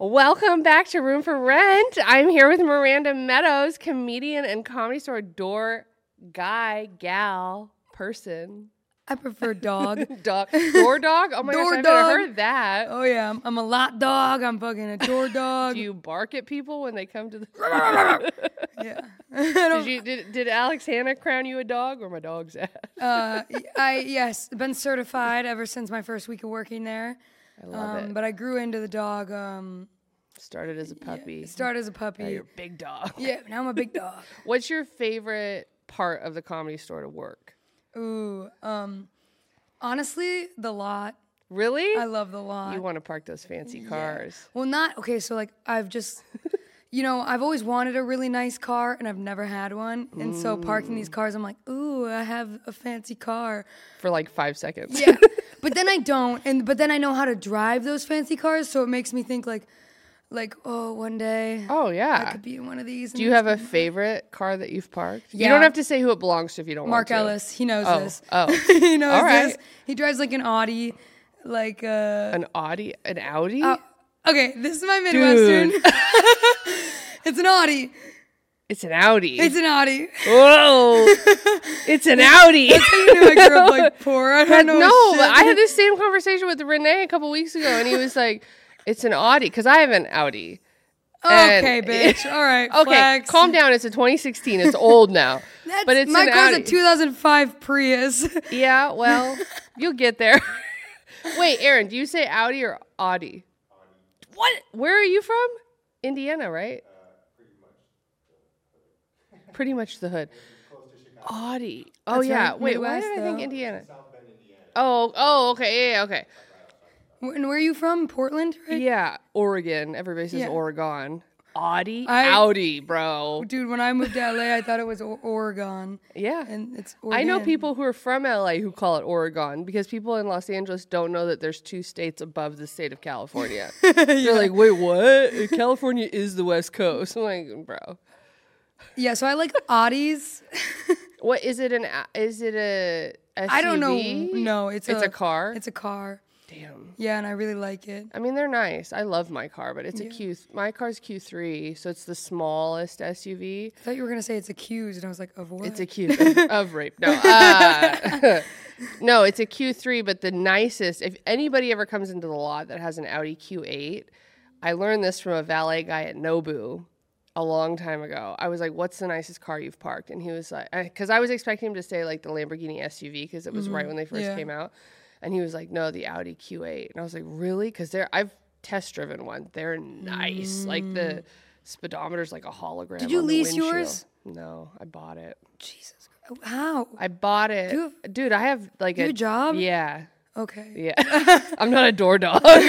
Welcome back to Room for Rent. I'm here with Miranda Meadows, comedian and comedy store door guy, gal, person, I prefer dog. dog, door dog. Oh my gosh, Door I've dog. never heard that. oh yeah, I'm, I'm a lot dog. I'm fucking a door dog. Do you bark at people when they come to the? yeah. I don't- did, you, did, did Alex Hannah crown you a dog or my dog's ass? uh, I yes, been certified ever since my first week of working there. I love um, it. But I grew into the dog. Um, Started as a puppy. started as a puppy. Now you're a big dog. yeah, now I'm a big dog. What's your favorite part of the comedy store to work? Ooh. Um, honestly, the lot. Really? I love the lot. you want to park those fancy cars. Well, not okay. So like, I've just, you know, I've always wanted a really nice car, and I've never had one. And so parking these cars, I'm like, ooh, I have a fancy car. for like five seconds. Yeah. but then I don't, and but then I know how to drive those fancy cars, so it makes me think like, like, oh, one day Oh I yeah. could be in one of these. Do you have a favorite car that you've parked? You Yeah. don't have to say who it belongs to if you don't want Mark to. Ellis? He knows Oh, this. oh. he knows All right. this. He drives like an Audi, like uh. An Audi, an Audi. Oh. Okay, this is my Midwestern. it's an Audi. it's an Audi. It's an Audi. Whoa! it's an Audi. you know, I grew up like poor. I But don't know. no, shit. but I had this same conversation with Renee a couple weeks ago, and he was like, "It's an Audi," because I have an Audi. Okay, and- bitch. All right. Okay, flex. calm down. It's a 2016. It's old now, That's, but it's my an car's Audi. a 2005 Prius. Yeah, well, you'll get there. Wait, Aaron, do you say Audi or Audi? What? Where are you from? Indiana, right? pretty much. Uh, the hood. Audi. Oh That's yeah. right, Wait, why Midwest, did I think though. Indiana? Oh, oh, okay, yeah, yeah, okay, Wh- and where are you from? Portland, right? yeah. Oregon. Everybody says Yeah. Oregon. Audi, I- Audi, bro. Dude, when I moved to LA, I thought it was o- Oregon, Yeah. and it's. Oregon. I know people who are from LA who call it Oregon because people in Los Angeles don't know that there's two states above the state of California. They're like, wait, what? California is the West Coast. I'm like, bro, Yeah, so I like Audis. what is it? An a- is it a SUV? I don't know. No, it's It's a car? It's a car. Damn. Yeah, and I really like it. I mean, they're nice. I love my car, but it's a Q. My car's Q3, so it's the smallest SUV. I thought you were gonna say it's a Q's, and I was like, of what? It's a Q of rape. No, uh, no, it's a Q3. But the nicest, if anybody ever comes into the lot that has an Audi Q8, I learned this from a valet guy at Nobu a long time ago. I was like, "What's the nicest car you've parked?" And he was like, "Because I was expecting him to say like the Lamborghini SUV because it was right when they first Mm-hmm. yeah. came out." And he was like, "No, the Audi Q8." And I was like, "Really?" Because they're I've test driven one. They're nice. Like the speedometer's like a hologram. Mm. Did you on the lease windshield. yours? No, I bought it. Jesus. Christ. How? I bought it. You Dude, I have like have a a job? Yeah. Okay. Yeah. I'm not a door dog. I'm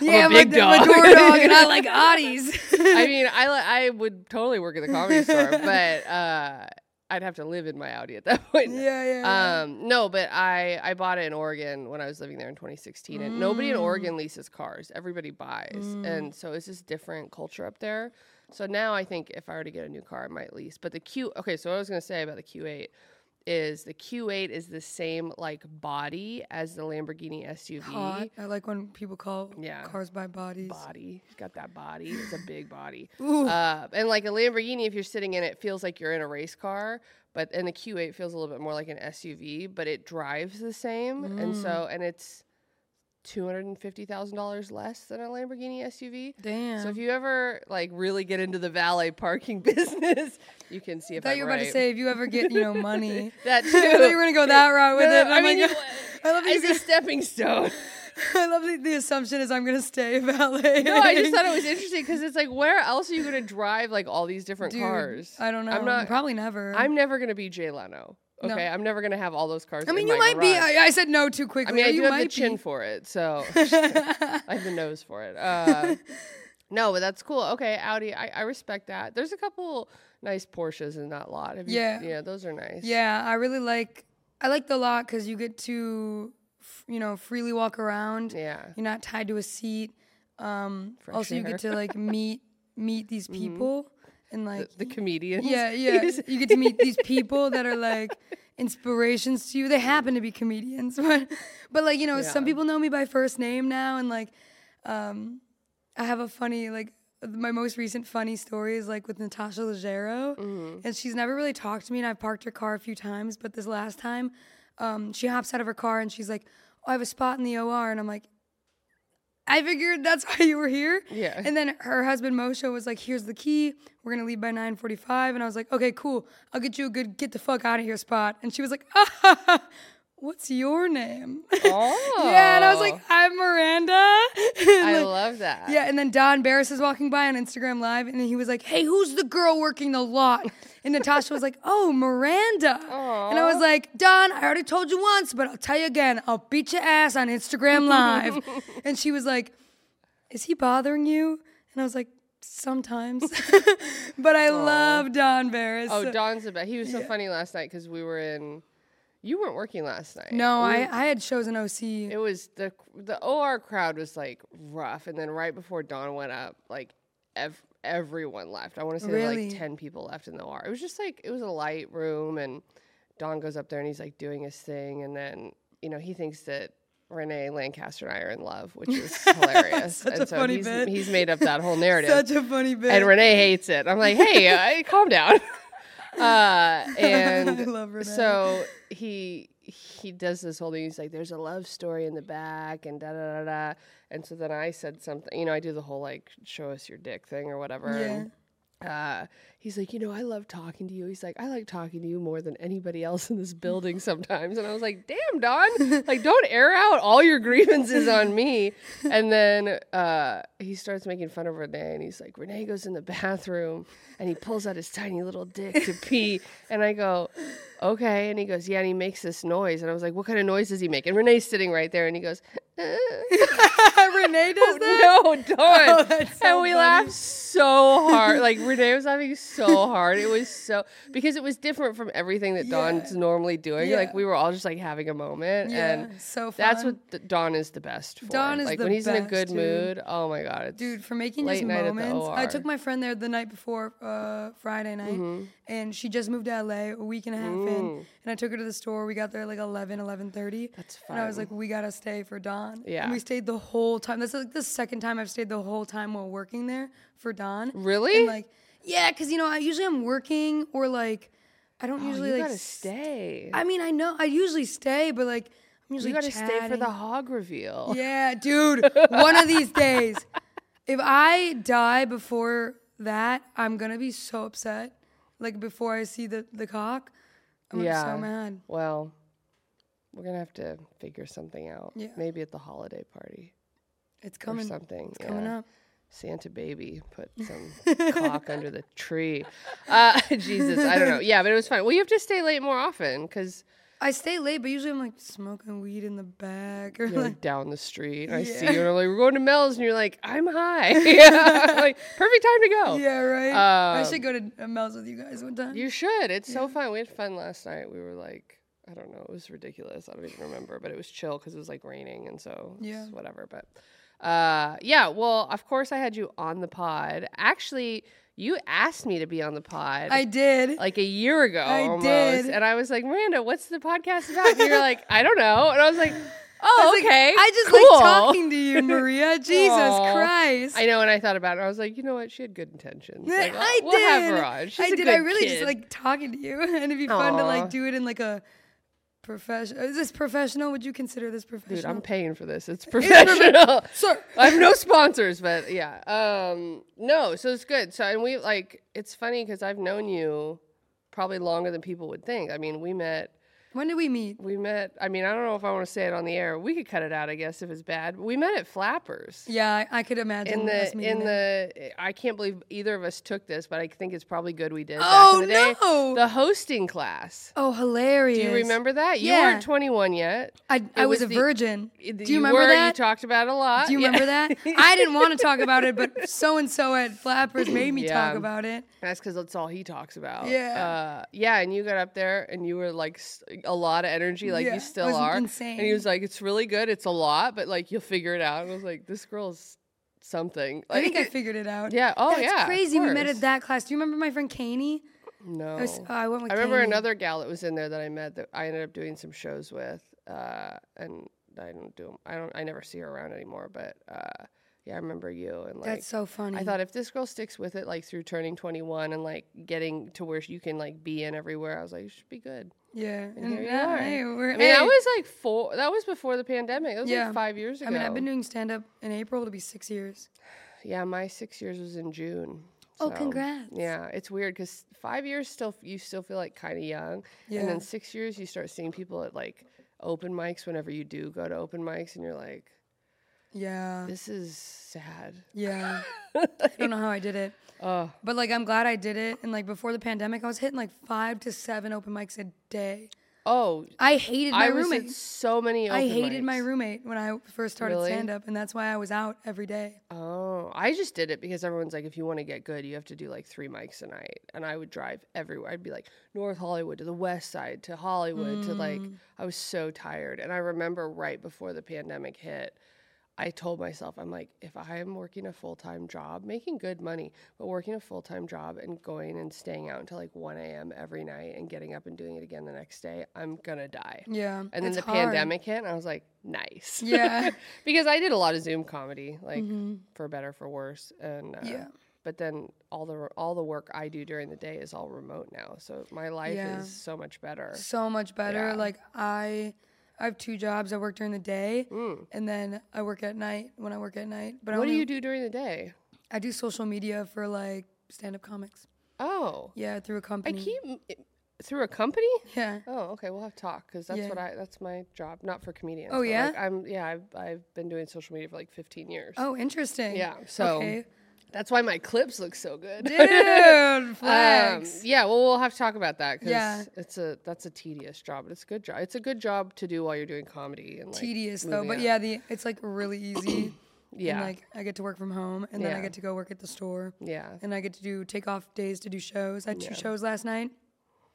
yeah, a big I'm, dog. a, I'm a door dog, and I like Audis. I mean, I li- I would totally work at the comedy store, but uh I'd have to live in my Audi at that point. yeah, yeah. Um no, but I I bought it in Oregon when I was living there in 2016 and nobody in Oregon leases cars. Everybody buys. And so it's just different culture up there. So now I think if I were to get a new car, I might lease. But the Q Okay, so what I was going to say about the Q8 is the Q8 is the same like body as the Lamborghini SUV. Hot. I like when people call Yeah. cars by bodies. body. He's got that body. It's a big body. Uh, and like a Lamborghini, if you're sitting in it, feels like you're in a race car. But and the Q8 feels a little bit more like an SUV, but it drives the same. And so and it's two hundred and fifty thousand dollars less than a Lamborghini SUV. Damn. So if you ever like really get into the valet parking business, you can see if I thought I'm you were about to right. say if you ever get you know money. that I thought you were too. gonna go that route with No, it. and I I'm mean, like, you- I love that It's you a stepping stone. I love that the assumption is I'm gonna stay a valet. No, I just thought it was interesting because it's like, where else are you going to drive like all these different Dude, cars? I don't know. I'm not. Probably never. I'm never going to be Jay Leno. Okay, No. I'm never going to have all those cars. I mean, in you my might be. garage. I, I said no too quickly. I mean, or I you do have might the chin be. for it, so I have the nose for it. Uh, no, but that's cool. Okay, Audi, I, I respect that. There's a couple nice Porsches in that lot. Have you, Yeah. yeah, those are nice. Yeah, I really like. I like the lot because you get to, f- you know, freely walk around. yeah. You're not tied to a seat. Um, Fresh also, you get to air. like meet meet these Mm-hmm. people and like The comedians. Yeah, yeah. You get to meet these people that are like inspirations to you. They happen to be comedians, but but like you know, some Yeah. people know me by first name now, and like, um, I have a funny like my most recent funny story is like with Natasha Leggero, Mm-hmm. and she's never really talked to me, and I've parked her car a few times, but this last time, um, she hops out of her car and she's like, "Oh, I have a spot in the OR," and I'm like. I figured that's why you were here. Yeah. And then her husband Moshe was like, "Here's the key. We're gonna leave by 9:45." And I was like, "Okay, cool. I'll get you a good get the fuck out of here spot." And she was like, "What's your name?" Oh. yeah. And I was like, "I'm Miranda." And, I like, love that. yeah, and then Don Barris is walking by on Instagram Live, and he was like, "Hey, who's the girl working the lot?" And Natasha was like, "Oh, Miranda." And I was like, "Don, I already told you once, but I'll tell you again. I'll beat your ass on Instagram Live." and she was like, "Is he bothering you?" And I was like, "Sometimes," but I love Don Barris. Oh, Don's about. He was so funny last night because we were in. You weren't working last night. no, We- I, I had shows in OC. It was the the OR crowd was like rough, and then right before Dawn went up, like ev- everyone left. I want to say there were Really? like ten people left in the OR. It was just like it was a light room, and Don goes up there and he's like doing his thing, and then you know he thinks that. Renee Lancaster and I are in love, which is hilarious. Such and a so funny he's, bit. he's made up that whole narrative. Such a funny bit. and Renee hates it. I'm like, hey, I, calm down. Uh, and I love Renee. so he he does this whole thing. He's like, there's a love story in the back, and da da da da. And so then I said something. You know, I do the whole like show us your dick thing or whatever. And, uh, he's like, you know, I love talking to you. He's like, I like talking to you more than anybody else in this building sometimes. And I was like, damn, Don, like, don't air out all your grievances on me. And then uh, he starts making fun of Renee, and he's like, Renee goes in the bathroom, and he pulls out his tiny little dick to pee. And I go, okay. And he goes, yeah. And he makes this noise, and I was like, what kind of noise does he make? And Renee's sitting right there, and he goes, "Uh." Renee does that. Oh, no, Don. that's so and we funny. laughed so hard. Like Renee was laughing so hard. It was so because it was different from everything that Don's normally doing. Yeah. Like we were all just like having a moment. Yeah, And so that's fun. what th- Don is the best for. Don is like the when he's in a good best, dude. mood. Oh my god, it's, dude for making late just night at the moments i OR. took my friend there the night before uh, friday night Mm-hmm. and she just moved to la a week and a half in and i took her to the store we got there like 11 11.30 That's and i was fun. like we gotta stay for don Yeah. and we stayed the whole time that's like the second time i've stayed the whole time while working there for don Really? and like yeah because you know i usually i'm working or like i don't Oh, usually you like gotta stay. i mean i know i usually stay but like i'm usually you gotta stay for chatting. the hog reveal. Yeah, dude. one of these days, if I die before that, I'm gonna be so upset. Like before I see the the cock, I'm gonna Yeah. be so mad. Well, we're gonna have to figure something out. Yeah. Maybe at the holiday party It's or coming. something. It's Coming up. Santa baby put some cock under the tree. Uh, Jesus, I don't know. Yeah, but it was fun. Well, you have to stay late more often because I stay late, but usually I'm like smoking weed in the back or you're like. like, down the street. And I see Yeah. you, and I'm like, we're going to Mel's, and you're like, I'm high. Yeah, like perfect time to go. Yeah, right. I Um, should go to uh, Mel's with you guys one time. You should. It's so fun. We had fun last night. We were like, I don't know, it was ridiculous. I don't even remember, but it was chill because it was like raining and so it's Yeah. whatever. But uh, yeah, well, of course I had you on the pod. Actually, you asked me to be on the pod. I did. like a year ago I almost. did. And I was like, Miranda, what's the podcast about? And you're like, I don't know. And I was like, Oh, I was like, okay. I just cool. like talking to you, Maria. Jesus Aw. Christ. I know, and I thought about it. I was like, you know what? She had good intentions. Yeah, Like, uh, I we'll did. Have her on. She's I a did. good I really just kid. like talking to you, and it'd be fun to Aw. like do it in like a professional. Is this professional? Would you consider this professional? Dude, I'm paying for this. It's professional. Sir. I have no sponsors, but yeah. Um, no, so it's good. So and we like it's funny because I've known you probably longer than people would think. I mean, we met When did we meet? we met I mean, I don't know if I want to say it on the air. We could cut it out, I guess, if it's bad. But we met at Flappers. Yeah, I, I could imagine in us the meeting in there. the eh, I can't believe either of us took this, but I think it's probably good we did. Oh, back in the day. no. The hosting class. Oh, hilarious! Do you remember that? You Yeah. weren't 21 yet. I, I was was a the- virgin. It- Do you, remember were, that? You talked about it a lot. Do you Yeah. remember that? I didn't want to talk about it, but so and so at Flappers made me Yeah. talk about it. That's because that's all he talks about. Yeah. Uh, yeah, and you got up there and you were like s- a lot of energy, like Yeah, I you still was are. And he insane. was like, it's really good. It's a lot, but like you'll figure it out. And I was like, this girl's something. I Like, think I figured it out. Yeah, oh, That's yeah, of crazy. We met course. at that class. Do you remember my friend Kaney? no. I, was, oh, I went with. I remember Kaney. another gal that was in there that I met that I ended up doing some shows with, uh, and I don't do 'em- I don't. I never see her around anymore. But uh, yeah, I remember you. And like, That's so funny. I thought if this girl sticks with it, like through turning 21 and like getting to where you can like be in everywhere, I was like, should be good. yeah. And here you now, are. hey, we're- I mean, hey. that was like four, that was before the pandemic. That was Yeah. like five years ago. I mean, I've been doing stand up in April to be six years. yeah, my six years was in June. Oh, so, congrats. Yeah, it's weird because five years still, you still feel like kind of young. Yeah. And then six years, you start seeing people at like open mics whenever you do go to open mics and you're like, Yeah. this is sad. Yeah. I don't know how I did it. Oh, But like I'm glad I did it. And like before the pandemic, I was hitting like five to seven open mics a day. oh, I hated my I was roommate. at so many. Open I hated my mics. roommate when I first started Really? stand up, and that's why I was out every day. Oh, I just did it because everyone's like, if you want to get good, you have to do like three mics a night. And I would drive everywhere. I'd be like North Hollywood to the West Side to Hollywood to like, Mm. I was so tired. And I remember right before the pandemic hit, I told myself, I'm like, if I am working a full time job, making good money, but working a full time job and going and staying out until like 1 a.m. every night and getting up and doing it again the next day, I'm going to die. Yeah. And then it's the hard. pandemic hit, and I was like, nice. Yeah. because I did a lot of Zoom comedy, like Mm-hmm. for better for worse, and uh, Yeah. But then all the all the work I do during the day is all remote now, so my life Yeah. is so much better. So much better. Yeah. Like I, I have two jobs. I work during the day, and then I work at night. When I work at night, but I Mm. What do only- you do during the day? I do social media for like stand up comics. Oh, Yeah, through a I company. keep through a company. yeah. Oh, okay. We'll have to talk because that's Yeah. what I that's my job, not for comedians. Oh, but, like, yeah? I'm yeah. I've, I've been doing social media for like 15 years. Oh, interesting. Yeah, so- okay. That's why my clips look so good. dude, Um, flags. yeah, well, we'll have to talk about that because Yeah. it's a that's a tedious job, but it's a good job. It's a good job to do while you're doing comedy and like, tedious though, moving but up. yeah, the it's like really easy. yeah, And, like I get to work from home, and then I Yeah. get to go work at the store, yeah, and I get to do take off days to do shows. I had two shows last night.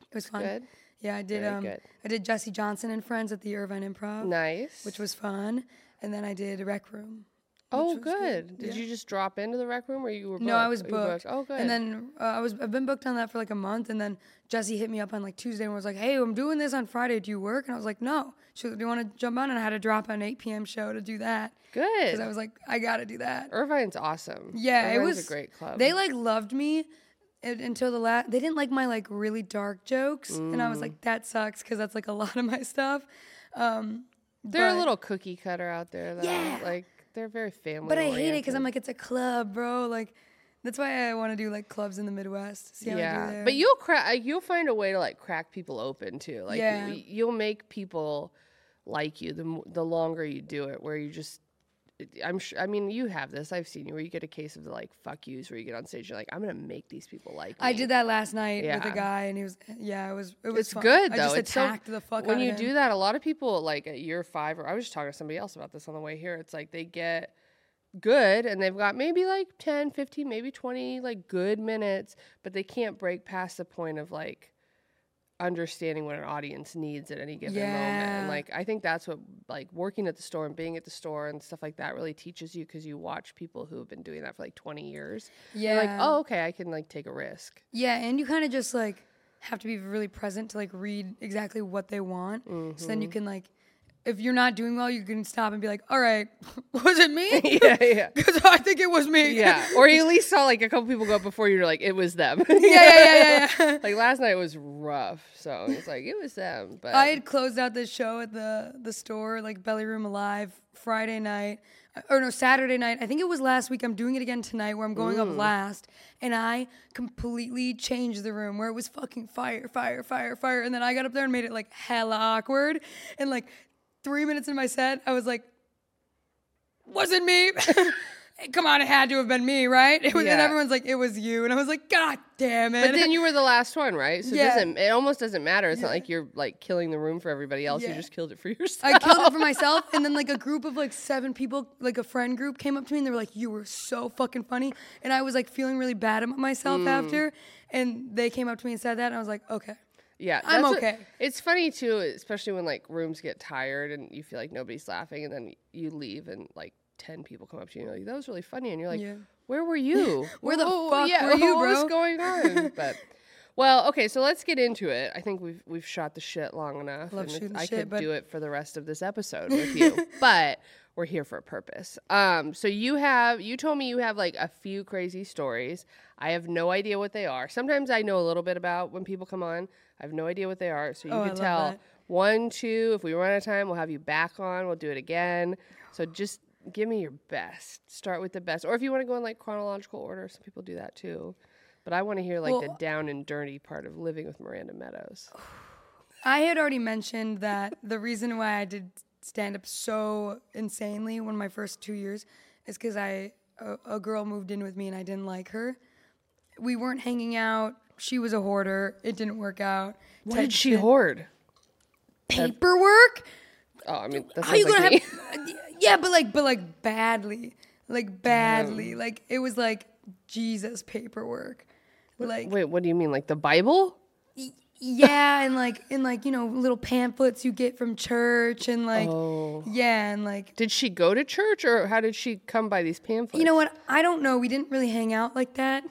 It was fun. Good. Yeah, I did. Very um, good. I did Jesse Johnson and Friends at the Irvine Improv, nice. which was fun, and then I did Rec Room. oh, was good. good, Did yeah. you just drop into the rec room or you were? Booked? No, I was You booked. Oh, good. And then uh, I was I've been booked on that for like a month, and then Jesse hit me up on like Tuesday and was like, "Hey, I'm doing this on Friday. Do you work?" And I was like, "No." She was like, "Do you want to jump on?" And I had to drop an 8 p.m. show to do that good. because I was like, "I gotta do that." Irvine's awesome. Yeah, Irvine's it was a great club. They like loved me un- until the last. They didn't like my like really dark jokes, and Mm. I was like, that sucks because that's like a lot of my stuff. Um, they're a but- little cookie cutter out there. Though. Yeah. like they're very family. but I hate it because I'm like, it's a club, bro. Like that's why I want to do like clubs in the Midwest. See how I do yeah there. but you'll crack you'll find a way to like crack people open too like Yeah. y- you'll make people like you the m- the longer you do it where you just I'm sure. I mean, you have this. I've seen you where you get a case of the like "fuck yous" where you get on stage. You're like, I'm gonna make these people like. Me. I did that last night with Yeah. a guy, and he was yeah, it was it was It's fun. good I though. just it's so- attacked the fuck when out you of him. do that. A lot of people like at year five, or I was just talking to somebody else about this on the way here. It's like they get good and they've got maybe like 10 15 maybe 20 like good minutes but they can't break past the point of like understanding what an audience needs at any given moment and Yeah. like i think that's what like working at the store and being at the store and stuff like that really teaches you because you watch people who have been doing that for like 20 years yeah. like Yeah. oh okay i can like take a risk Yeah, and you kind of just like have to be really present to like read exactly what they want. So Mm-hmm. then you can like, if you're not doing well, you can stop and be like, "All right, was it me? yeah yeah Because I think it was me." yeah or you at least saw like a couple people go up before you were like it was them yeah, yeah, yeah, yeah. yeah. like last night was rough so it's like it was them but I had closed out this show at the the store, like Belly Room Alive, Friday night, or no, Saturday night. I think it was last week. I'm doing it again tonight, where I'm going up last, and I completely changed the room where it was fucking fire, fire, fire, fire, and then I got up there and made it like hella awkward, and like three minutes in my set, I was like, "Wasn't me." Come on, it had to have been me, right? It was, And Yeah. everyone's like, "It was you," and I was like, "God damn it!" But then you were the last one, right? So it Yeah. doesn't it almost doesn't matter. It's not like you're like killing the room for everybody else. You Yeah. just killed it for yourself. I killed it for myself, and then like a group of like seven people, like a friend group, came up to me and they were like, "You were so fucking funny," and I was like feeling really bad about myself Hmm. after, and they came up to me and said that, and I was like, "Okay, yeah, I'm that's what- okay. it's funny too, especially when like rooms get tired and you feel like nobody's laughing, and then you leave and like ten people come up to you and you're like, "That was really funny," and you're like, Yeah. "Where were you? Where the Oh, fuck were you, What was bro?" going on?" But. Well, okay, so let's get into it. I think we've we've shot the shit long enough. Love and it's- shooting the I shit, could but- do it for the rest of this episode with you. but we're here for a purpose. Um, so you have you told me you have like a few crazy stories. I have no idea what they are. Sometimes I know a little bit about when people come on. I have no idea what they are, so you Oh, I can love tell that. one, two. If we run out of time, we'll have you back on. We'll do it again. So just give me your best. Start with the best, or if you want to go in like chronological order, some people do that too. But I want to hear like the Well- down and dirty part of living with Miranda Meadows. I had already mentioned that the reason why I did stand up so insanely when my first two years is because I a, a girl moved in with me and I didn't like her. We weren't hanging out. She was a hoarder. It didn't work out. What Type did she shit. hoard? paperwork? Oh, I mean, that's How you gonna have? Yeah, but like, but like badly, like badly. Like it was like Jesus paperwork. Like Wait, what do you mean? Like the Bible? yeah, and like and like you know little pamphlets you get from church and like yeah, and like Did she go to church or how did she come by these pamphlets? You know what? I don't know. We didn't really hang out like that,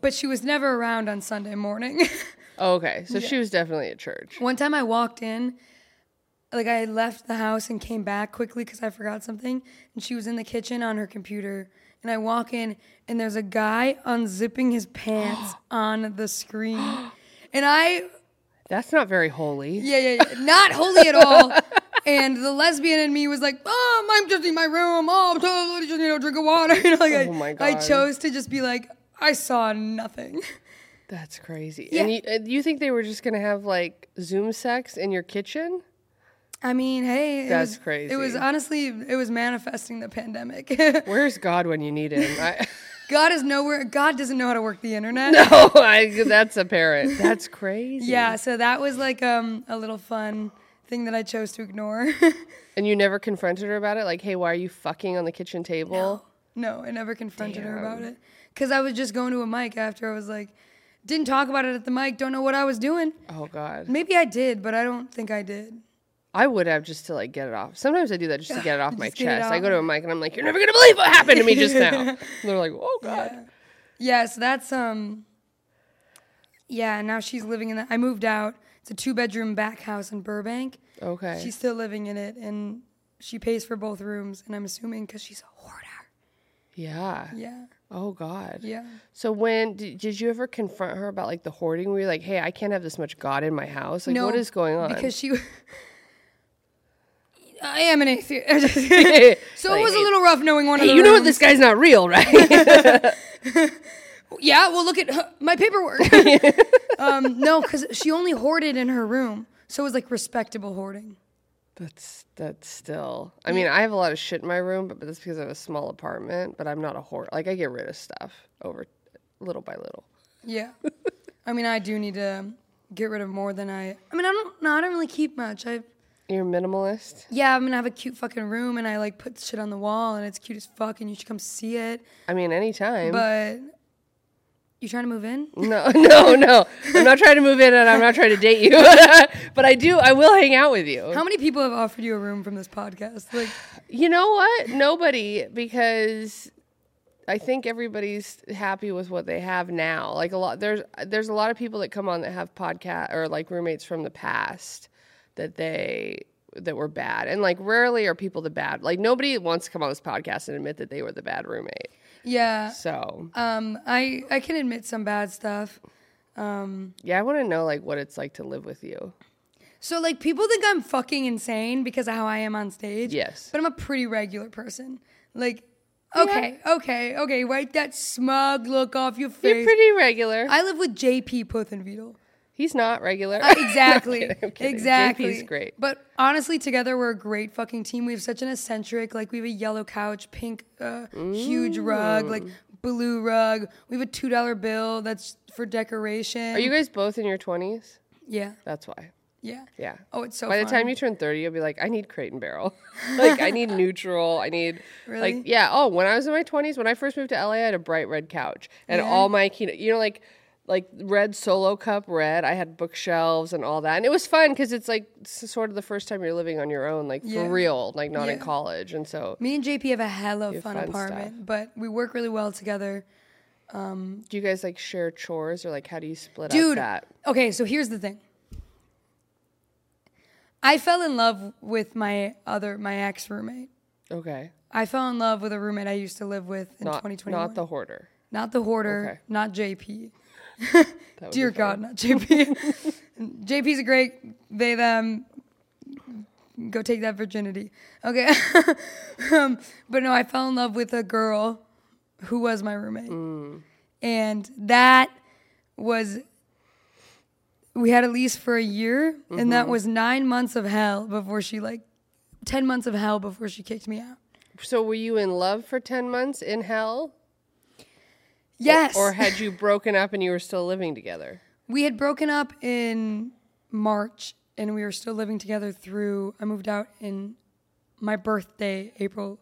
but she was never around on Sunday morning. Oh, okay, so she was definitely at church. One time I walked in, like I left the house and came back quickly because I forgot something, and she was in the kitchen on her computer. And I walk in, and there's a guy unzipping his pants on the screen. And I That's not very holy. Yeah, yeah, yeah. Not holy at all. And the lesbian in me was like, Mom, I'm just in my room. Oh, I'm totally just, you know, drink of water. You know, like I, Oh my I God. chose to just be like, I saw nothing. That's crazy. Yeah. And you, and you think they were just gonna have like Zoom sex in your kitchen? I mean, hey. it That's was- crazy. It was honestly, it was manifesting the pandemic. Where's God when you need him? I, God is nowhere. God doesn't know how to work the internet. no, Oh, I, that's apparent. That's crazy. Yeah, so that was like um, a little fun thing that I chose to ignore. And you never confronted her about it? Like, hey, why are you fucking on the kitchen table? No, I never confronted her about it. Because I was just going to a mic after. I was like, didn't talk about it at the mic, don't know what I was doing. Oh God. Maybe I did, but I don't think I did. I would have just to like get it off. Sometimes I do that just to get it off my Just get it chest. I off. go to a mic and I'm like, "You're never gonna believe what happened to me just now." And they're like, "Oh God." Yeah, so that's, um, yeah, now she's living in that. I moved out. It's a two bedroom back house in Burbank. Okay. She's still living in it, and she pays for both rooms, and I'm assuming because she's a hoarder. yeah. Yeah, Oh God. yeah. So when did, did you ever confront her about like the hoarding? Were you like, "Hey, I can't have this much God in my house. Like, what is going on?" Because she. I am an atheist. So it was a Like, little rough knowing one of Hey, the you know what? rooms. This guy's not real, right? Yeah, well, look at her, my paperwork. um, no, because she only hoarded in her room, so it was like respectable hoarding. that's that's still. I mean, I have a lot of shit in my room, but, but that's because I have a small apartment. But I'm not a hoarder. Like, I get rid of stuff over little by little. Yeah, I mean, I do need to get rid of more than I. I mean, I don't. No, I don't really keep much. I You're a minimalist. yeah, I'm gonna have a cute fucking room, and I like put shit on the wall, and it's cute as fuck, and you should come see it. I mean, anytime. But you trying to move in? No, no, no. I'm not trying to move in and I'm not trying to date you. but I do, I will hang out with you. How many people have offered you a room from this podcast? Like, You know what? Nobody, because I think everybody's happy with what they have now. Like a lot, there's, there's a lot of people that come on that have podcast or like roommates from the past that they, that were bad. And like rarely are people the bad. Like nobody wants to come on this podcast and admit that they were the bad roommate. yeah. So Um, I I can admit some bad stuff. Um, yeah, I want to know like what it's like to live with you. So like people think I'm fucking insane because of how I am on stage. Yes. But I'm a pretty regular person. Like, okay, okay, okay, wipe that smug look off your face. You're pretty regular. I live with JP Puthenvedel. He's not regular. Exactly. I'm kidding, I'm kidding. Exactly. JP's great. But honestly, together we're a great fucking team. We have such an eccentric, like we have a yellow couch, pink, uh, huge rug, like blue rug. We have a two dollar bill that's for decoration. Are you guys both in your 20s? Yeah, That's why. yeah. Yeah. Oh, it's so. By the fun. time you turn 30, you'll be like, I need crate and barrel. like, I need neutral. I need, Really? like, yeah. Oh, when I was in my 20s, when I first moved to LA, I had a bright red couch and Yeah. all my, keyno- you know, like, like red solo cup red. I had bookshelves and all that. And it was fun because it's like s- sort of the first time you're living on your own, like Yeah. for real, like not in Yeah. college. And so, Me and JP have a hella fun, fun apartment, but we work really well together. do you guys like share chores or like how do you split up Dude, that? okay, so here's the thing. I fell in love with my other my ex roommate. Okay. I fell in love with a roommate I used to live with in Not, 2021. not the hoarder. Not the hoarder, Okay. not JP. That would be Dear God, funny. not JP. JP's a great they them. Go take that virginity. Okay. um, but no, I fell in love with a girl who was my roommate. Mm. And that was we had a lease for a year and Mm-hmm. that was 9 months of hell before she like 10 months of hell before she kicked me out. So were you in love for 10 months in hell? Yes. Or had you broken up and you were still living together? We had broken up in March and we were still living together through I moved out in my birthday, April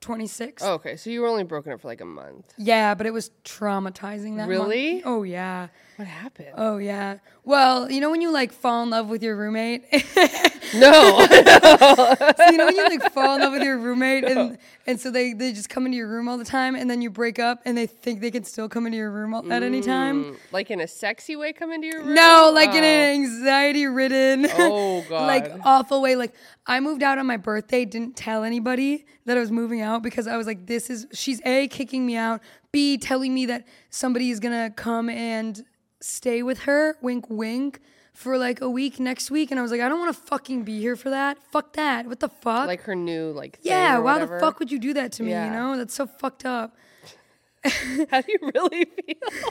26th. Oh, okay. So you were only broken up for like a month. Yeah, but it was traumatizing that month. Really? Oh yeah. What happened? Oh yeah. Well, you know when you like fall in love with your roommate? No. So, you know when you like fall in love with your roommate and and so they they just come into your room all the time and then you break up and they think they can still come into your room all, at any time? Mm, like in a sexy way come into your room? No, like in an anxiety ridden, Oh, like God. awful way. Like I moved out on my birthday, didn't tell anybody that I was moving out because I was like, this is she's a kicking me out, b telling me that somebody is gonna come and stay with her, wink wink, for like a week next week, and I was like, I don't want to fucking be here for that. Fuck that. What the fuck? Like her new like thing yeah, or why whatever. the fuck would you do that to me? Yeah. You know, that's so fucked up. How do you really feel?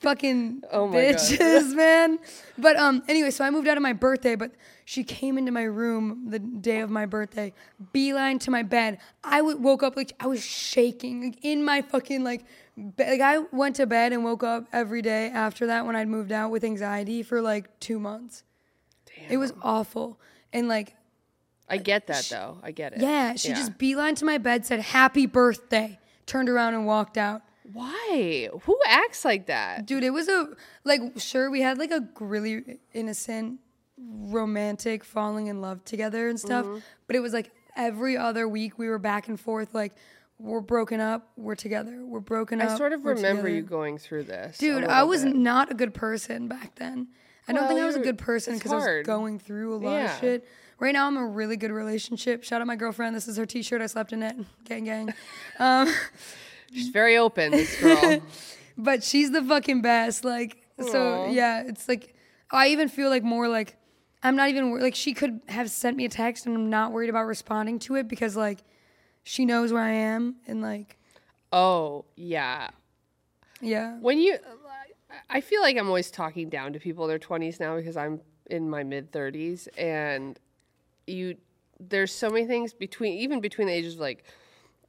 fucking Oh my God. bitches, man. But um, anyway, so I moved out on my birthday, but she came into my room the day of my birthday, beeline to my bed. I w- woke up like I was shaking like, in my fucking like, be- like I went to bed and woke up every day after that when I'd moved out with anxiety for like two months. It was awful, and like I get that though. I get it. yeah, she just beeline to my bed, said happy birthday, turned around and walked out. Why? Who acts like that? dude it was a like sure we had like a really innocent romantic falling in love together and stuff Mm-hmm. but it was like every other week we were back and forth like we're broken up we're together we're broken up I sort of we're remember together. you going through this. Oh, a Uh, dude um, i little was bit. not a good person back then i don't Well, think i you was a were- good person it's because i was hard. going through a lot Yeah. of shit right now i'm in a really good relationship shout out my girlfriend this is her t-shirt i slept in it gang gang She's very open, this girl. but she's the fucking best. Like, so yeah, it's like I even feel like more like I'm not even wor- like she could have sent me a text and I'm not worried about responding to it because like she knows where I am and like oh, yeah. yeah. When you I feel like I'm always talking down to people in their 20s now because I'm in my mid 30s and you there's so many things between even between the ages of like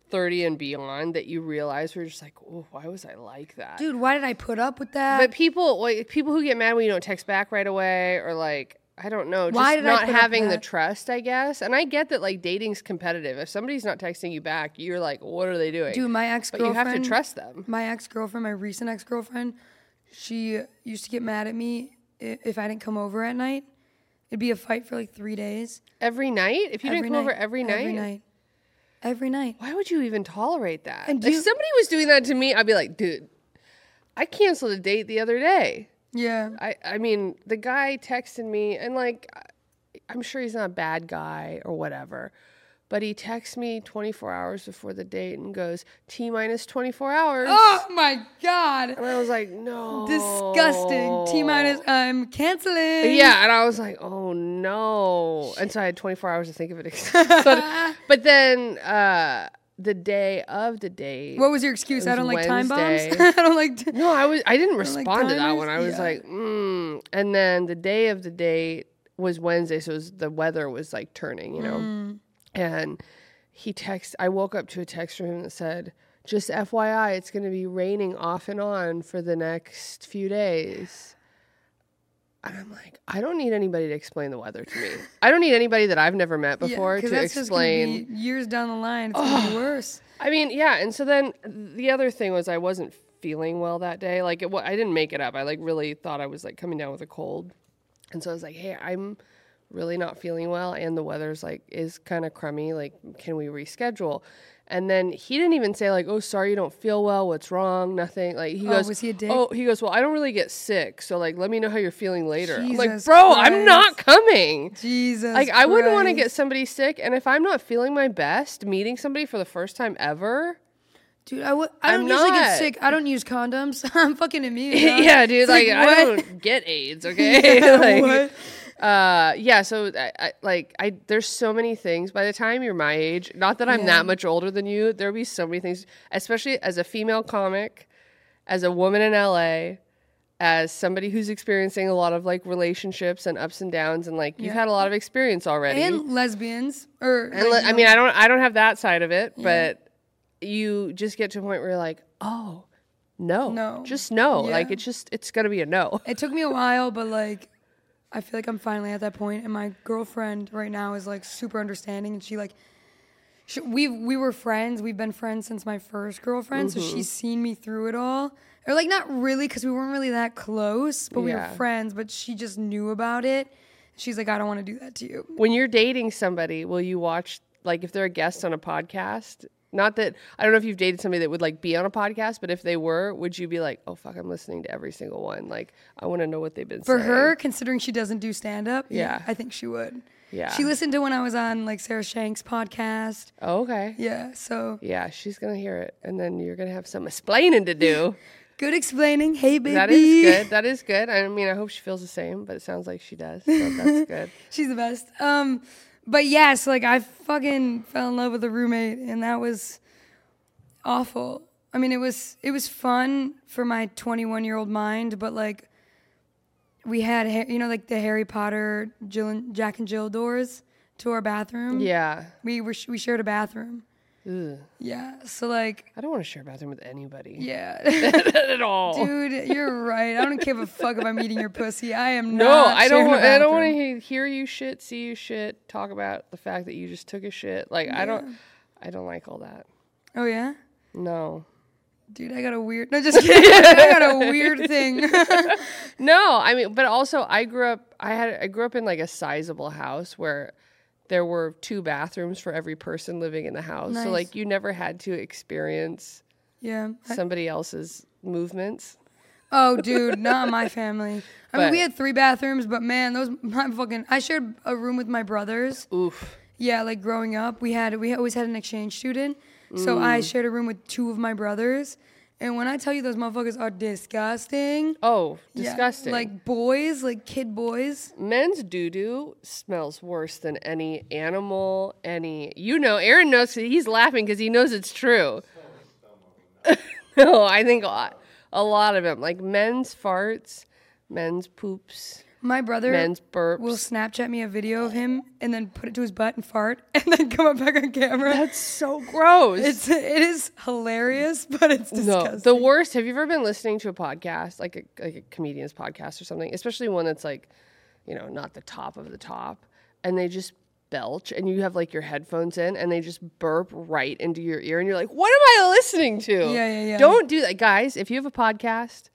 30 and beyond that you realize we're just like, "Oh, why was I like that?" Dude, why did I put up with that? But people, like, people who get mad when you don't text back right away, or like, I don't know, just Why did I not put up with having the that? trust, I guess. And I get that like dating's competitive. If somebody's not texting you back, you're like, what are they doing? Dude, my ex but you girlfriend. have to trust them. My ex girlfriend, my recent ex girlfriend, she used to get mad at me i- if I didn't come over at night. It'd be a fight for like three days. Every night, if you didn't come over every night, Every night. Every night. why would you even tolerate that? And do if you- somebody was doing that to me, I'd be like, dude, I canceled a date the other day. Yeah. I, I mean, the guy texted me, and like, I- I'm sure he's not a bad guy or whatever, but he texts me 24 hours before the date and goes, T minus 24 hours. Oh my god. And I was like, no. Disgusting. T minus. I'm canceling. Oh. Yeah, and I was like, oh no. And so I had 24 hours to think of it. So- but then uh, the day of the date. What was your excuse? I was don't like time bombs. Wednesday. I don't like. T- No, I was. I didn't like, respond to that timers? one. I was Yeah. like, mm. and then the day of the date was Wednesday, so it was, the weather was like turning, you know. Mm. Hmm. And he texted. I woke up to a text from him that said, "Just FYI, it's going to be raining off and on for the next few days." And I'm like, I don't need anybody to explain the weather to me. I don't need anybody that I've never met Yeah, before 'cause to that's just gonna explain. be years down the line, it's gonna be worse. I mean, yeah. And so then the other thing was I wasn't feeling well that day. Like, it, wa- I didn't make it up. I like really thought I was like coming down with a cold, and so I was like, hey, I'm really not feeling well, and the weather's like is kind of crummy. Like, can we reschedule? And then he didn't even say like, "Oh, sorry, you don't feel well. What's wrong? Nothing." Like he Oh, goes, was he a dick? "Oh, he goes, well, I don't really get sick, so like, let me know how you're feeling later." I'm like, Jesus bro, I'm Christ. not coming. Jesus. Like, I wouldn't want to Christ. get somebody sick, and if I'm not feeling my best, meeting somebody for the first time ever, Dude, I w- I I'm don't usually not. get sick. I don't use condoms. I'm fucking immune. yeah, huh? dude, It's like, I what? don't get AIDS, okay? like, what? Uh, yeah. So I, I like I there's so many things. By the time you're my age, not that I'm that much older than you, there'll be so many things. Especially as a female comic, as a woman in LA, as somebody who's experiencing a lot of like relationships and ups and downs, and like you've Yeah. had a lot of experience already. And lesbians or And like, li- I mean, I don't, I don't have that side of it, but you just get to a point where you're like, oh, no, No. just no. Like Yeah. it's just, it's gonna be a no. It took me a while, but like, I feel like I'm finally at that point, and my girlfriend right now is like super understanding, and she like, she, we we were friends, we've been friends since my first girlfriend, so Mm-hmm. she's seen me through it all, or like not really, because we weren't really that close, but we Yeah. were friends, but she just knew about it. She's like, I don't want to do that to you. when you're dating somebody, will you watch like if they're a guest on a podcast? Not that I don't know if you've dated somebody that would like be on a podcast, but if they were, would you be like, "Oh fuck, I'm listening to every single one. Like, I want to know what they've been For saying." her, considering she doesn't do stand up, Yeah. I think she would. Yeah. She listened to when I was on like Sarah Shank's podcast. Oh, okay. Yeah. Yeah, so she's gonna hear it, and then you're gonna have some explaining to do. good explaining. Hey, baby. that is good. That is good. I mean, I hope she feels the same, but it sounds like she does. So that's good. She's the best. Um, but yeah, so like I fucking fell in love with a roommate, and that was awful. I mean, it was it was fun for my 21 year old mind, but like we had Ha- you know like the Harry Potter Jill and Jack and Jill doors to our bathroom. Yeah. we were we shared a bathroom. Ugh. Yeah, so like I don't want to share a bathroom with anybody yeah. at all. Dude, you're right. I don't give a fuck if I'm eating your pussy. I am No, not. I don't. sharing a Want, I don't bathroom. want to hear you shit, see you shit, talk about the fact that you just took a shit. Like I don't, I don't like all that. Oh yeah. No, Dude, I got a weird. No, just kidding. I got a weird thing. no. I mean, but also I grew up. I had. I grew up in like a sizable house where there were two bathrooms for every person living in the house. Nice. So like you never had to experience yeah. somebody else's movements. Oh, dude, not my family. I mean, But- we had three bathrooms, but man, those my fucking. I shared a room with my brothers. Oof. Yeah, like growing up, we had we always had an exchange student, so I Mm. shared a room with two of my brothers. And when I tell you those motherfuckers are disgusting, Oh, Yeah, disgusting. like like boys, like kid boys. men's doo doo smells worse than any animal, any. You know, Aaron knows. He's laughing because he knows it's true. no, I think a lot, a lot of them, like men's farts, men's poops, My brother men's will burps. Snapchat me a video of him and then put it to his butt and fart and then come up back on camera. That's so gross. It's it is hilarious, but it's no, disgusting. the worst. Have you ever been listening to a podcast, like a, like a comedian's podcast or something, especially one that's like, you know, not the top of the top, and they just belch, and you have like your headphones in, and they just burp right into your ear, and you're like, what am I listening to? Yeah, yeah, yeah. Don't do that, guys. If you have a podcast,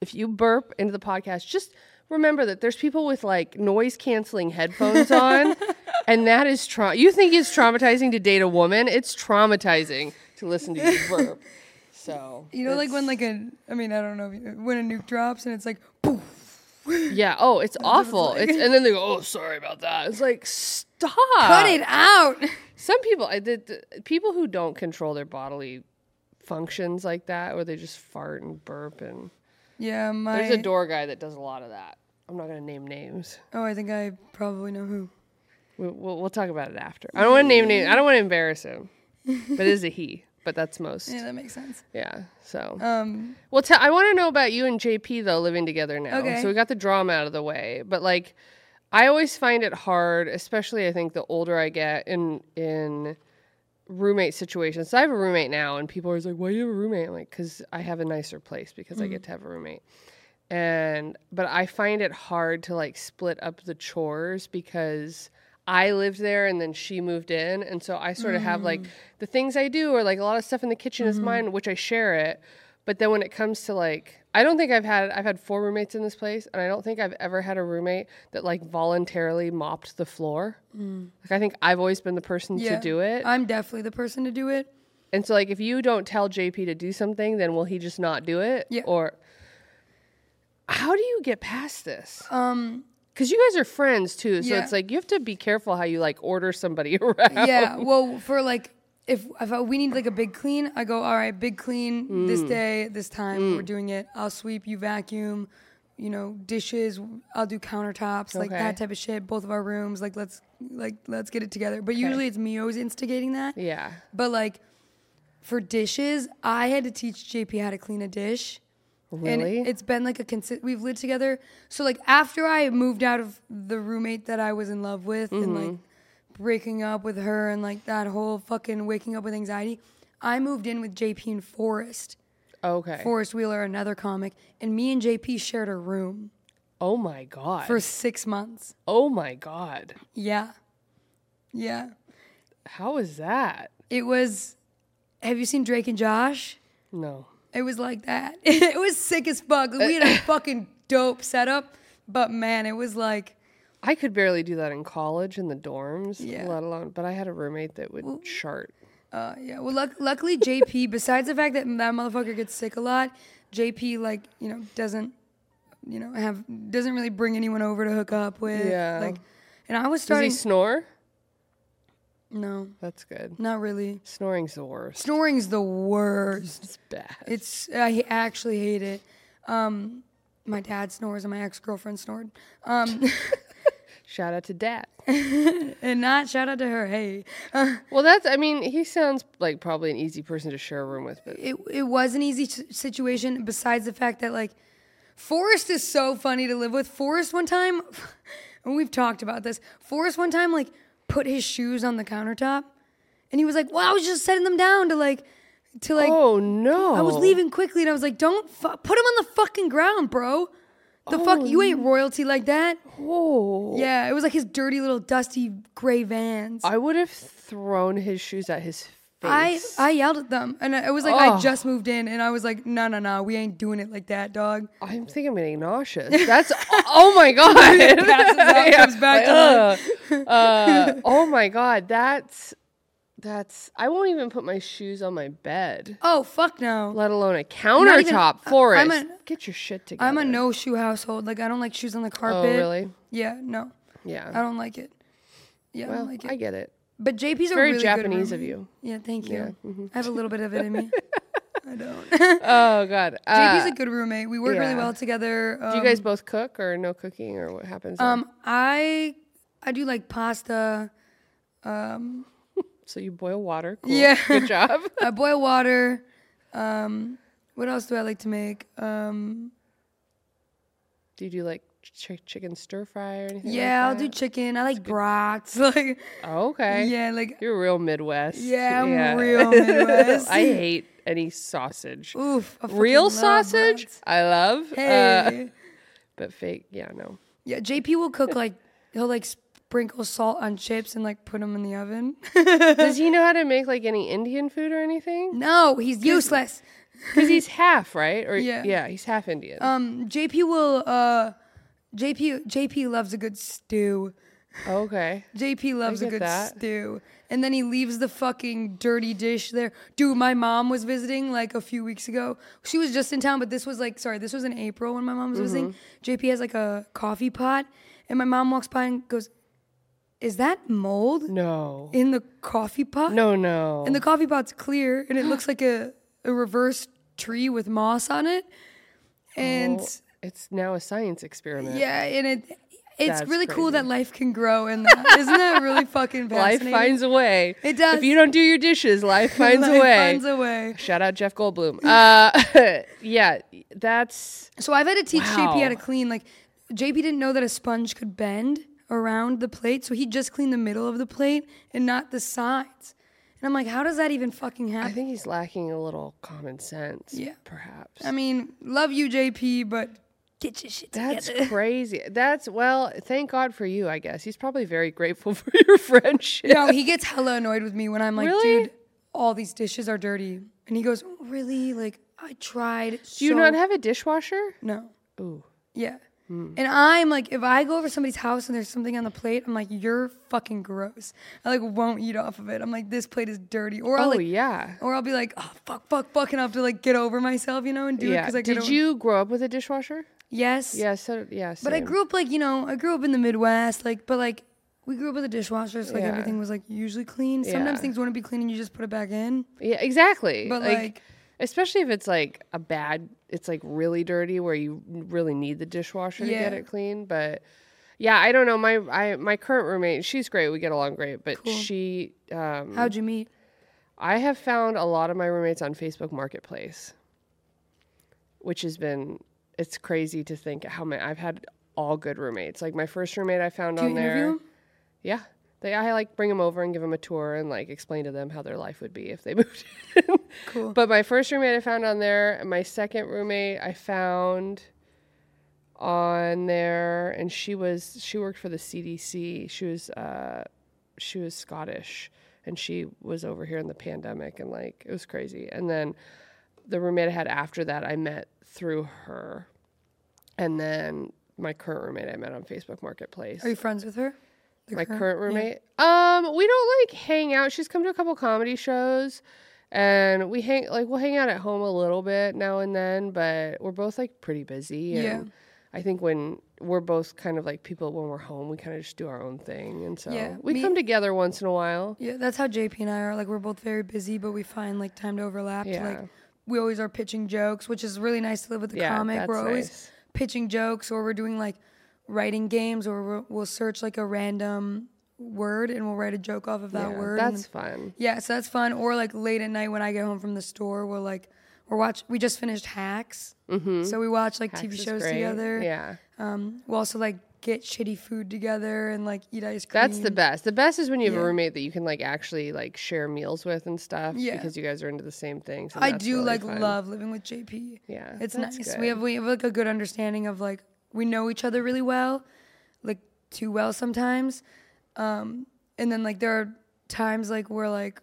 if you burp into the podcast, just remember that there's people with like noise canceling headphones on, and that is tra- You think it's traumatizing to date a woman? It's traumatizing to listen to you burp. So you know, like when like a I mean I don't know if you, when a nuke drops and it's like poof. yeah, oh, it's awful. It's, and then they go, oh, sorry about that. It's like stop. Cut it out. Some people, I did the, people who don't control their bodily functions like that, or they just fart and burp, and Yeah, my there's a door guy that does a lot of that. I'm not gonna name names. Oh, I think I probably know who. We, we'll, we'll talk about it after. I don't want to name name. I don't want to embarrass him, but it is a he. But that's most. Yeah, Yeah. that makes sense. so Um well, te- I want to know about you and JP though living together now. Okay. So we got the drama out of the way, but like, I always find it hard, especially I think the older I get in in roommate situations. So I have a roommate now, and people are always like, "Why do you have a roommate?" I'm like, "Cause I have a nicer place because I get to have a roommate." and but I find it hard to like split up the chores because I lived there and then she moved in, and so I sort of have like the things I do or like a lot of stuff in the kitchen is mine, which I share it. But then when it comes to like, I don't think I've had I've had four roommates in this place, and I don't think I've ever had a roommate that like voluntarily mopped the floor. Like I think I've always been the person yeah. to do it. I'm definitely the person to do it. And so, like, if you don't tell JP to do something, then will he just not do it? Yeah. Or how do you get past this? Um, Because you guys are friends too, so Yeah. it's like you have to be careful how you like order somebody around. yeah. Well, for like, if, if I- we need like a big clean, I go, all right, big clean Mm. this day, this time, we're doing it. I'll sweep, you vacuum, you know, dishes. I'll do countertops, like Okay. that type of shit. Both of our rooms, like let's like let's get it together. But usually it's me always instigating that. Yeah. But like for dishes, I had to teach JP how to clean a dish. Really? And it's been like a consi- we've lived together. So like after I moved out of the roommate that I was in love with and like breaking up with her and like that whole fucking waking up with anxiety, I moved in with JP and Forrest. okay. Forrest Wheeler, another comic, and me and JP shared a room oh my god. for 6 months. oh my god. Yeah. Yeah. How is that? It was Have you seen Drake and Josh? No. It was like that. it was sick as fuck. We had a fucking dope setup, but man, it was like I could barely do that in college in the dorms, Yeah. let alone. But I had a roommate that would chart. Uh, yeah. Well, luck- luckily JP, besides the fact that that motherfucker gets sick a lot, JP like you know doesn't, you know have doesn't really bring anyone over to hook up with. Yeah. Like, and I was Does starting. he snore? no, That's good. not really. Snoring's the worst. Snoring's the worst. It's bad. It's I actually hate it. Um, my dad snores and my ex girlfriend snored. Um, Shout out to Dad. and not shout out to her. Hey. Well, that's. I mean, he sounds like probably an easy person to share a room with, but it, it was an easy s- situation besides the fact that like Forrest is so funny to live with. Forrest one time and we've talked about this. Forrest one time like put his shoes on the countertop and he was like, "Well, I was just setting them down to like to like oh no, I was leaving quickly and I was like, "Don't fu- put them on the fucking ground, bro." The fuck you ain't royalty like that. Oh, Yeah, it was like his dirty little dusty gray Vans. I would have thrown his shoes at his I, face. I yelled at them and it was like I Ugh. just moved in and I was like no no no we ain't doing it like that dog I, am thinking I'm getting nauseous. That's oh my god. passes out, comes back to uh, Oh my god, that's that's. I won't even put my shoes on my bed, oh fuck no let alone a Not even- countertop. I- Forest, I'm a- get your shit together. I'm a no shoe household like I don't like shoes on the Oh carpet really? yeah no Yeah. I don't like it yeah I well, don't like it I get it. but JP's a very really Japanese good of roommate. you. mm-hmm. yeah thank you I have a little bit of it in me I don't Oh god. Uh, JP's a good roommate we work really yeah. well together um, do you guys both cook or no cooking or what happens? there? um I I do like pasta um so you boil water. Cool. yeah. Good job. I boil water. Um, what else do I like to make? Um, Do you do like ch- chicken stir fry or anything? like yeah, I'll do that? chicken. I like brats. Like, Oh, okay. yeah, like You're real Midwest. Yeah, I'm real Midwest. I hate any sausage. oof. I fucking real love sausage, brats. I love. uh, Hey, but fake, yeah, no. yeah. JP will cook like he'll like sprinkle salt on chips and like put them in the oven. Does he know how to make like any Indian food or anything? no, he's useless. Because he's half, right? Or Yeah. yeah, he's half Indian. Um, JP will. Uh, JP JP loves a good stew. okay. JP loves a get good that. stew. And then he leaves the fucking dirty dish there. Dude, my mom was visiting like a few weeks ago. She was just in town, but this was like, sorry, this was in April when my mom was Mm-hmm. visiting. JP has like a coffee pot. And my mom walks by and goes, Is that mold No. in the coffee pot? No, no. And the coffee pot's clear and it looks like a, a reverse tree with moss on it. And Well, it's now a science experiment. yeah, and it. It's Oh. That's really cool that crazy. life can grow and that. Isn't that really fucking Life fascinating? finds a way. It does. If you don't do your dishes, life finds a Life way. finds a way. Shout out Jeff Goldblum. Uh, yeah, that's So I've had to teach JP how to Wow. clean. Like JP didn't know that a sponge could bend around the plate, so he just cleaned the middle of the plate and not the sides. And I'm like, how does that even fucking I happen? think he's lacking a little common sense. Yeah. Perhaps. I mean, love you, JP, but get your shit that's together. crazy. That's well, thank God for you, I guess. He's probably very grateful for your friendship. no, he gets hella annoyed with me when I'm like, Really? dude, all these dishes are dirty, and he goes, really? Like I tried. Do you so- not have a dishwasher? No. Ooh. Yeah. Hmm. And I'm like, if I go over to somebody's house and there's something on the plate, I'm like, you're fucking gross. I like won't eat off of it. I'm like, this plate is dirty. Or I'll Oh like, yeah. or I'll be like, oh fuck, fuck, fuck, and I have to like get over myself, you know, and do it Yeah. because I Did couldn't- you grow up with a dishwasher? Yes. Yeah. So yeah. Same. But I grew up like you know, I grew up in the Midwest, like, but like we grew up with a dishwasher, so like Yeah. everything was like usually clean. Sometimes Yeah. things wouldn't be clean, and you just put it back in. Yeah. Exactly. But like, especially if it's like a bad it's like really dirty where you really need the dishwasher to get Yeah. it clean but yeah i don't know my I, my current roommate she's great we get along great but she um how'd you meet? i have found a lot of my roommates on facebook marketplace which has been it's crazy to think how many i've had all good roommates like my first roommate i found Do you on interview there him? yeah. They, I like bring them over and give them a tour and like explain to them how their life would be if they moved. In. Cool. But my first roommate I found on there, and my second roommate I found on there, and she was she worked for the CDC. She was uh, she was Scottish, and she was over here in the pandemic, and like it was crazy. And then the roommate I had after that I met through her, and then my current roommate I met on Facebook Marketplace Are you friends with her? The my current yeah. roommate. Um, we don't like hang out. She's come to a couple comedy shows, and we hang like we'll hang out at home a little bit now and then. But we're both like pretty busy. And Yeah. I think when we're both kind of like people when we're home, we kind of just do our own thing, and so Yeah, we me- come together once in a while. Yeah, that's how JP and I are. Like, we're both very busy, but we find like time to overlap. to, Yeah. like, we always are pitching jokes, which is really nice to live with the Yeah, comic. We're that's always nice. pitching jokes, or we're doing like writing games, or we'll- we'll search like a random word and we'll write a joke off of that Yeah, word. and that's fun. Yeah, so that's fun. Or like late at night when I get home from the store, we're like, we're watch. We just finished Hacks, mm-hmm. so we watch like This TV is shows great. together. Yeah, Um, we also like get shitty food together and like eat ice cream. that's the best. The best is when you have Yeah. a roommate that you can like actually like share meals with and stuff. Yeah. because you guys are into the same things. and I that's do really like fun. love living with JP. Yeah, it's that's nice. We have we have like a good understanding of like we know each other really well, like too well sometimes. Um, and then like there are times like where like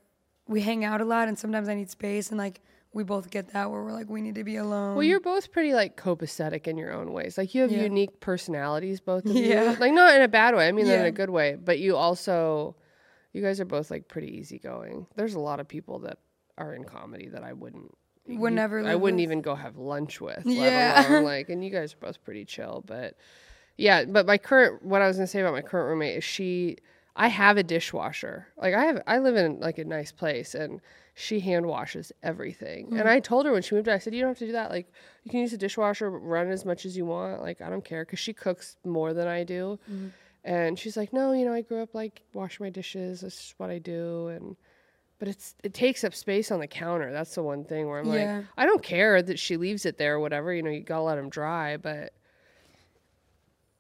we hang out a lot, and sometimes I need space, and like we both get that where we're like we need to be alone. Well, you're both pretty like copacetic in your own ways. Like you have Yeah. unique personalities, both of Yeah. you. Like not in a bad way. I mean that in Yeah. a good way. But you also, you guys are both like pretty easygoing. There's a lot of people that are in comedy that I wouldn't. you- Would never I live wouldn't with. even go have lunch with. Yeah. Let alone, like, and you guys are both pretty chill, but yeah. But my current, what I was gonna say about my current roommate is she. I have a dishwasher. Like I have, I live in like a nice place, and she hand washes everything. And I told her when she moved, out, I said, "You don't have to do that. Like you can use the dishwasher, but run as much as you want. Like I don't care, because she cooks more than I do." And she's like, "No, you know, I grew up like wash my dishes. That's just what I do." And but it's it takes up space on the counter. That's the one thing where I'm Yeah. like, I don't care that she leaves it there or whatever. You know, you gotta let them dry, but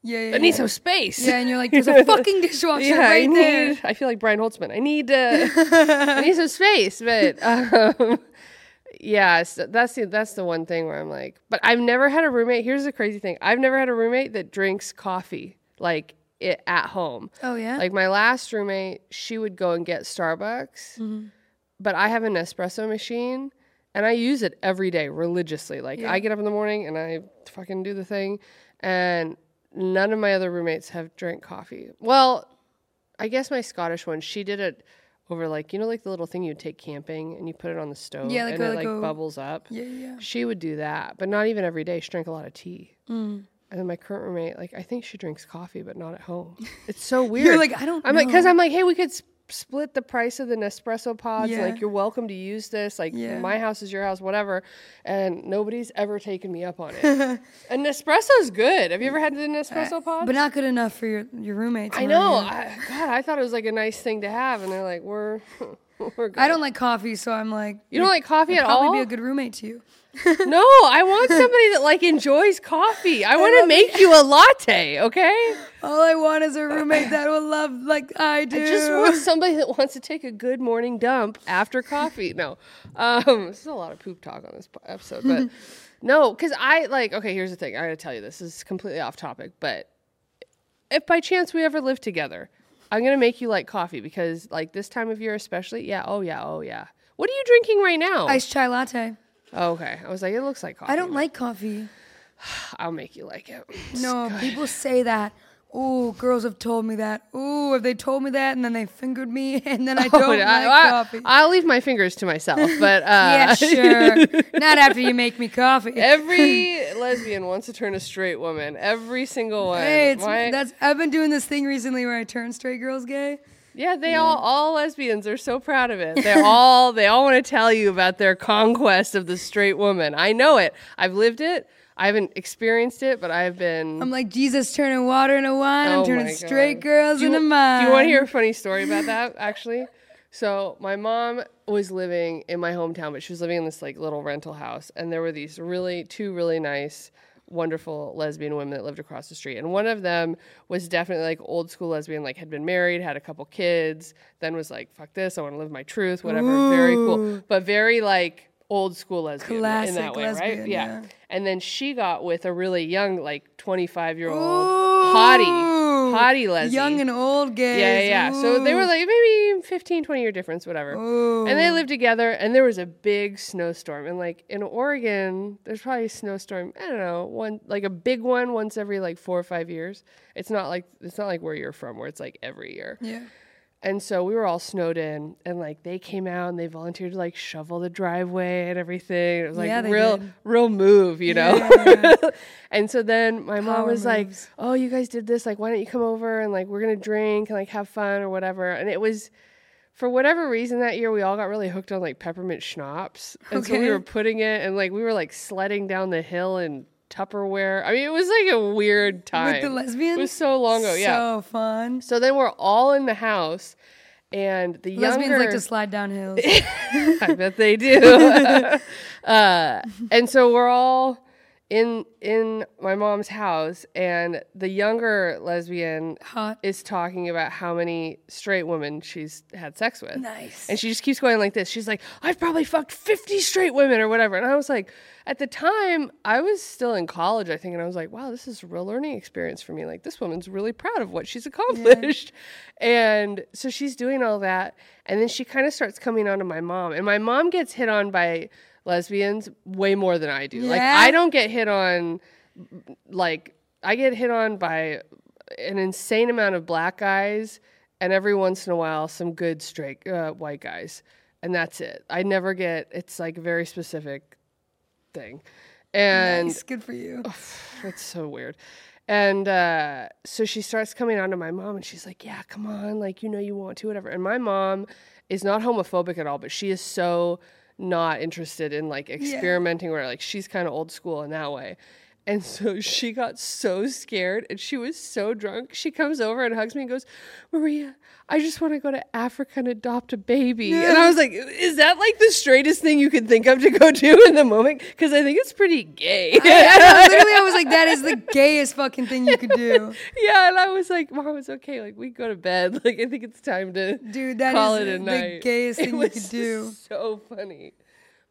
yeah, yeah, I need yeah. some space. Yeah, and you're like, there's a fucking dishwasher I right there. need- I feel like Brian Holtzman. I need uh, I need some space, but um, yeah, so that's the that's the one thing where I'm like, but I've never had a roommate. Here's the crazy thing: I've never had a roommate that drinks coffee like it at home. Oh yeah. Like my last roommate, she would go and get Starbucks, Mm-hmm. but I have an espresso machine and I use it every day religiously. Like I get up in the morning and I fucking do the thing. And none of my other roommates have drank coffee. Well, I guess my Scottish one, she did it over like, you know, like the little thing you take camping and you put it on the stove Yeah, like and a- it like like a- bubbles up. yeah, yeah. She would do that, but not even every day. She drank a lot of tea. Mm. And then my current roommate, like, I think she drinks coffee, but not at home. It's so weird. like, I don't I'm like, because know. I'm like, hey, we could s- split the price of the Nespresso pods. Yeah. Like, you're welcome to use this. Like, Yeah. my house is your house, whatever. And nobody's ever taken me up on it. and Nespresso's good. Have you ever had the Nespresso pods? Uh, But not good enough for your your roommates. I around know. you. I, God, I thought it was like a nice thing to have, and they're like, we're, we're good. I don't like coffee, so I'm like, You don't like coffee at probably all? be a good roommate to you. No, I want somebody that like enjoys coffee. I want to make you a latte, okay? All I want is a roommate that will love like I do. I just want somebody that wants to take a good morning dump after coffee. No, um, this is a lot of poop talk on this po- episode, but no, because I like. Okay, here's the thing. I gotta tell you, this is completely off topic, but if by chance we ever live together, I'm gonna make you like coffee because, like, this time of year especially. Yeah. Oh yeah. Oh yeah. What are you drinking right now? iced chai latte. oh, okay. I was like, it looks like coffee. I don't like coffee. I'll make you like it. It's No, good. people say that. Ooh, girls have told me that. Ooh, have they told me that? And then they fingered me, and then I Oh, don't like coffee. will leave my fingers to myself, but uh, yeah, sure. Not after you make me coffee. Every lesbian wants to turn a straight woman. Every single one. Hey, it's, Why- that's I've been doing this thing recently where I turn straight girls gay. yeah, they all all lesbians are so proud of it. They're all they all want to tell you about their conquest of the straight woman. I know it. I've lived it. I haven't experienced it, but I've been. I'm like Jesus turning water into wine. I'm Oh turning my straight God. girls Do you- into mine. Do you want to hear a funny story about that? Actually, so my mom was living in my hometown, but she was living in this like little rental house, and there were these really two really nice. Wonderful lesbian women that lived across the street, and one of them was definitely like old school lesbian, like had been married, had a couple kids, then was like, "Fuck this, I want to live my truth, whatever." Very cool, but very like old school lesbian in Classic that way, lesbian, right? Yeah. yeah. And then she got with a really young, like twenty five year old Ooh. hottie, hottie lesbian, Young and old gays. yeah, yeah. yeah. So they were Ooh. like maybe 15, 20 year difference, whatever. And they lived together, and there was a big snowstorm. And like in Oregon, there's probably a snowstorm. I don't know, one like a big one once every like four or five years. It's not like it's not like where you're from, where it's like every year. yeah. And so we were all snowed in, and like they came out and they volunteered to like shovel the driveway and everything. It was like Yeah, they real, did. real move, you know. Yeah. and so then my mom Power was like, moves. "Oh, you guys did this. Like, why don't you come over and like we're gonna drink and like have fun or whatever." And it was. For whatever reason that year, we all got really hooked on like peppermint schnapps, and so Okay. we were putting it and like we were like sledding down the hill in Tupperware. I mean, it was like a weird time With the It lesbians. was so long ago, yeah. So fun. So then we're all in the house, and the Lesbians younger like to slide down hills. I bet they do. uh, and so we're all in in my mom's house, and the younger lesbian Hot. is talking about how many straight women she's had sex with. Nice. And she just keeps going like this. She's like, I've probably fucked 50 straight women or whatever. And I was like, at the time, I was still in college, I think. And I was like, wow, this is a real learning experience for me. Like, this woman's really proud of what she's accomplished. And so she's doing all that. And then she kind of starts coming on to my mom. And my mom gets hit on by lesbians way more than I do. Like, Yeah? I don't get hit on like I get hit on by an insane amount of black guys, and every once in a while some good straight uh, white guys, and that's it. I never get. It's like a very specific thing, and Nice. Good for you. that's so weird. And uh, so she starts coming on to my mom, and she's like, "Yeah, come on, like you know you want to, whatever." And my mom is not homophobic at all, but she is so not interested in like experimenting, where like she's kind of old school in that way. And so she got so scared, and she was so drunk. She comes over and hugs me and goes, "Maria, I just want to go to Africa and adopt a baby." And I was like, "Is that like the straightest thing you could think of to go do in the moment?" Because I think it's pretty gay. I know, literally, I was like, that is the gayest fucking thing you could do. Yeah, and I was like, Mom, it's okay. Like, we go to bed. Like, I think it's time to Dude, that call is it a the night. gayest It thing you was could just do. So funny,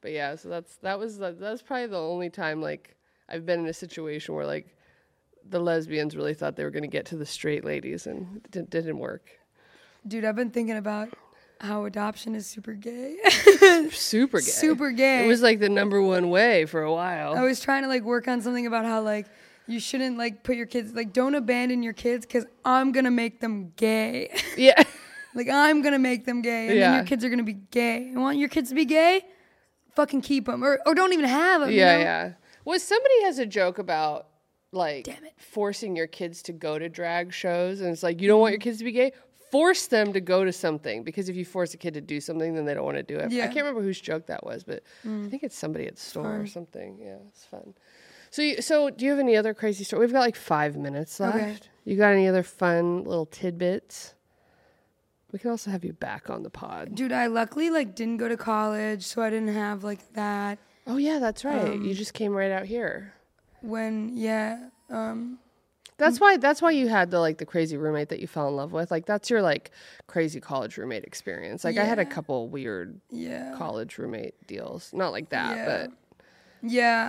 but yeah. So that's that was the, that's probably the only time like I've been in a situation where like the lesbians really thought they were going to get to the straight ladies, and it didn't, didn't work. Dude, I've been thinking about how adoption is super gay. Super gay. Super gay. Oh, It was like the number one way for a while. I was trying to like work on something about how like you shouldn't like put your kids like don't abandon your kids because I'm gonna make them gay. yeah. like I'm gonna make them gay, and then Yeah. your kids are gonna be gay. You want your kids to be gay? Fucking keep them, or or don't even have them. Yeah, yeah. Well, somebody has a joke about like Damn it. forcing your kids to go to drag shows, and it's like you don't want your kids to be gay. Force them to go to something because if you force a kid to do something, then they don't want to do it. Yeah. I can't remember whose joke that was, but I think Mm. it's somebody at the store or something. Yeah, it's fun. So, you, so do you have any other crazy story? We've got like five minutes left. Okay. You got any other fun little tidbits? We can also have you back on the pod. Dude, I luckily like didn't go to college, so I didn't have like that. Oh yeah, that's right. you just came right out here. When yeah, um, That's why that's why you had the like the crazy roommate that you fell in love with. Like that's your like crazy college roommate experience. Like I had a Yeah. couple weird yeah, college roommate deals. Not like that, Yeah.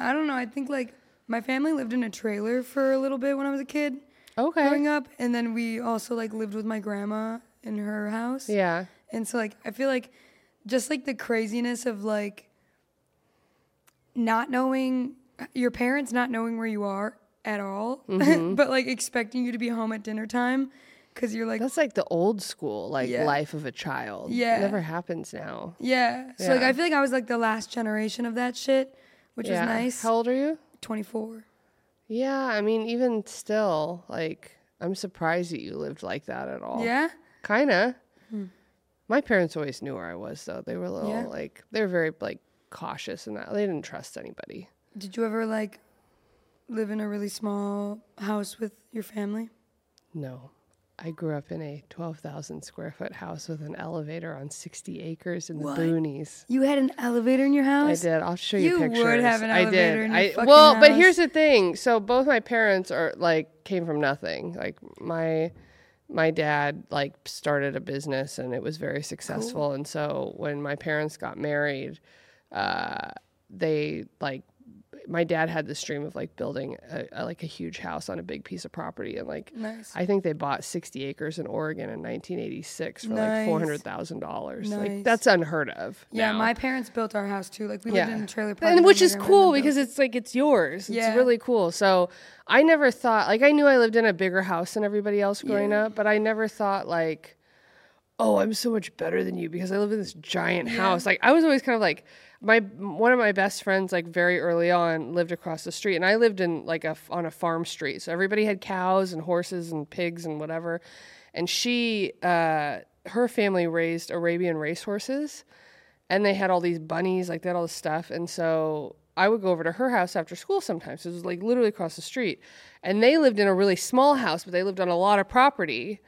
yeah. I don't know. I think like my family lived in a trailer for a little bit when I was a kid but okay. growing up, and then we also like lived with my grandma in her house. Yeah. And so like I feel like just like the craziness of like not knowing your parents not knowing where you are at all, Mm-hmm. but like expecting you to be home at dinner time because you're like, That's like the old school, like Yeah. life of a child. Yeah. It never happens now. yeah. So like Yeah. I feel like I was like the last generation of that shit, which was nice. How old are you? 24. Yeah, I mean, even still, like, I'm surprised that you lived like that at all. Yeah. Hmm. Kinda. My parents always knew where I was, though. They were a little, Yeah. like, they were very, like, cautious and that. They didn't trust anybody. Did you ever like live in a really small house with your family? No. I grew up in a 12,000 square foot house with an elevator on 60 acres in the boonies. You had an elevator in your I house? did. I'll show you, You would pictures. have an I did. elevator in your I fucking well, but house. here's the thing. So both my parents are like came from nothing. Like my my dad like started a business and it was very successful. And so when my parents got married, uh, they like my dad had this dream of like building a, a like a huge house on a big piece of property and like Nice. I think they bought 60 acres in Oregon in 1986 for Nice. like $400,000. Nice. Like that's unheard of. Yeah, now. my parents built our house too. Like we lived in a trailer park. And that which my is grandma cool built. because it's like it's yours. Yeah. It's really cool. So I never thought like I knew I lived in a bigger house than everybody else growing up, but I never thought like, oh, I'm so much better than you because I live in this giant house. Like I was always kind of like my one of my best friends like very early on lived across the street and I lived in like a on a farm street. So everybody had cows and horses and pigs and whatever. And she uh her family raised Arabian racehorses and they had all these bunnies, like they had all this stuff. And so I would go over to her house after school sometimes. It was like literally across the street. And they lived in a really small house, but they lived on a lot of property.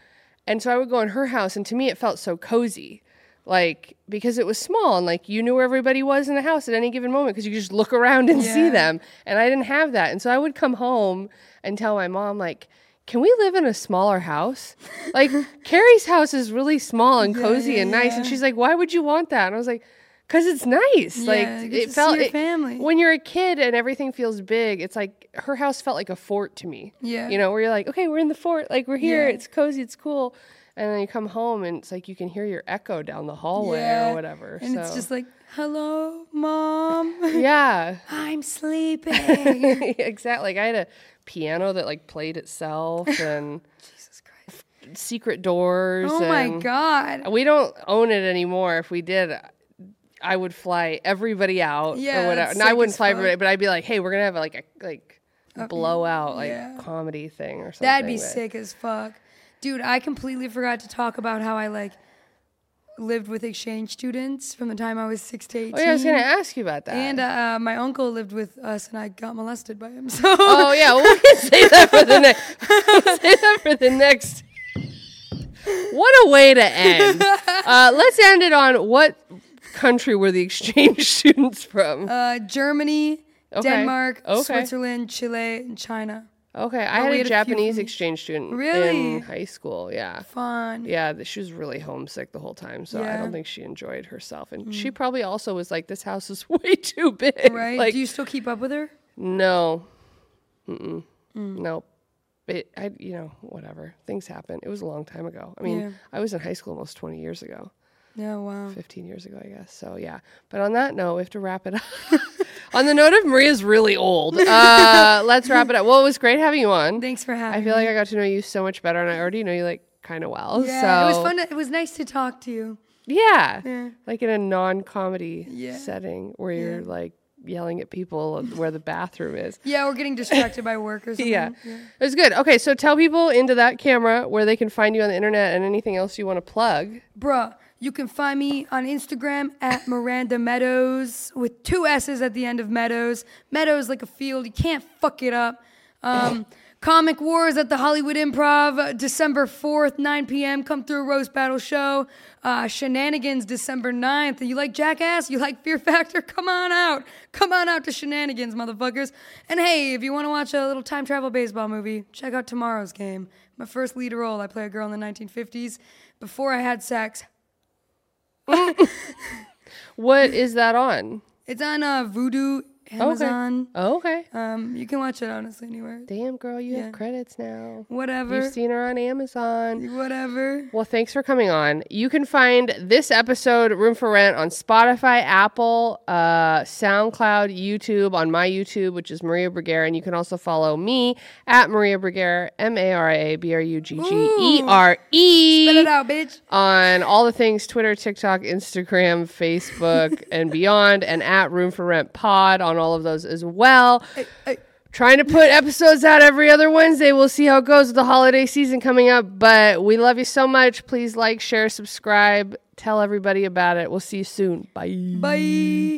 And so I would go in her house, and to me, it felt so cozy. Like, because it was small and like you knew where everybody was in the house at any given moment because you could just look around and see Yeah. them. And I didn't have that. And so I would come home and tell my mom, like, can we live in a smaller house? Like, Carrie's house is really small and cozy yeah, and nice. yeah. And she's like, why would you want that? And I was like, because it's nice. Yeah, you like get to it see felt your it- family. when you're a kid and everything feels big. It's like her house felt like a fort to me. Yeah. you know, where you're like, okay, we're in the fort. Like we're here. Yeah. It's cozy. It's cool. And then you come home and it's like you can hear your echo down the hallway Yeah. or whatever. And so. it's just like, hello, mom. yeah, I'm sleeping. exactly. Like I had a piano that like played itself and Jesus Christ. secret doors. Oh my and- God. We don't own it anymore. If we did, I would fly everybody out Yeah, or whatever. that's And I sick wouldn't as fly fuck. Uh, mm, everybody, but I'd be like, hey, we're gonna have like a like blowout like yeah. comedy thing or something. That'd be but- sick as fuck. Dude, I completely forgot to talk about how I like lived with exchange students from the time I was six to 18. Oh yeah, I was gonna ask you about that. and uh, my uncle lived with us, and I got molested by him. So oh yeah, well, we can save that for the next. save that for the next. What a way to end. Uh, let's end it on what country were the exchange students from? uh, Germany, Okay. Denmark, Okay. Switzerland, Chile, and China. Okay, I had Oh, we a had a few Japanese from- exchange student Really? in high school. Yeah. Fun. Yeah, th- she was really homesick the whole time, so I Yeah. Mm. don't think she enjoyed herself. And she probably also was like, "This house is way too big." Right? Like, Do you still keep up with her? no, Mm. Mm-mm. nope. It, I, you know, whatever. Things happen. It was a long time ago. I mean, Yeah. I was in high school almost twenty years ago, No, wow. fifteen years ago, I guess. So yeah. But on that note, we have to wrap it up. on the note of Maria's really old, uh, let's wrap it up. Well, it was great having you on. Thanks for having I feel like I got to know you so much better, and I already know you like kind of well. me. Yeah, it so- was fun. To, it was nice to talk to you. Yeah. Yeah. Like in a non comedy Yeah. setting where you're like yelling at people where the bathroom is. Yeah, we're getting distracted by work or something. Yeah. It was good. Okay, so tell people into that camera where they can find you on the internet and anything else you want to plug. Bruh, you can find me on Instagram at Miranda Meadows with two S's at the end of Meadows. Meadows like a field. You can't fuck it up. Um, Comic Wars at the Hollywood Improv, uh, December 4th, 9 p.m. Come through Roast Battle Show. Uh, Shenanigans, December 9th. You like Jackass? You like Fear Factor? Come on out. Come on out to Shenanigans, motherfuckers. And hey, if you want to watch a little time travel baseball movie, check out Tomorrow's Game. My first lead role, I play a girl in the 1950s before I had sex. What is that on? It's on uh, Voodoo Amazon. Oh, okay. Um, you can watch it honestly anywhere. Damn, girl, you Yeah. have credits now. Whatever. You've seen her on Amazon. Whatever. Well, thanks for coming on. You can find this episode, Room for Rent, on Spotify, Apple, uh, SoundCloud, YouTube, on my YouTube, which is Maria Bergera. And you can also follow me at Maria Bergera, M A R A B R U G G E R Spit E, it out, bitch. on all the things Twitter, TikTok, Instagram, Facebook, and beyond, and at Room for Rent Pod on all of those as well Hey, trying to put episodes out every other Wednesday. We'll see how it goes with the holiday season coming up, but we love you so much. Please like, share, subscribe, tell everybody about it. We'll see you soon. Bye. bye.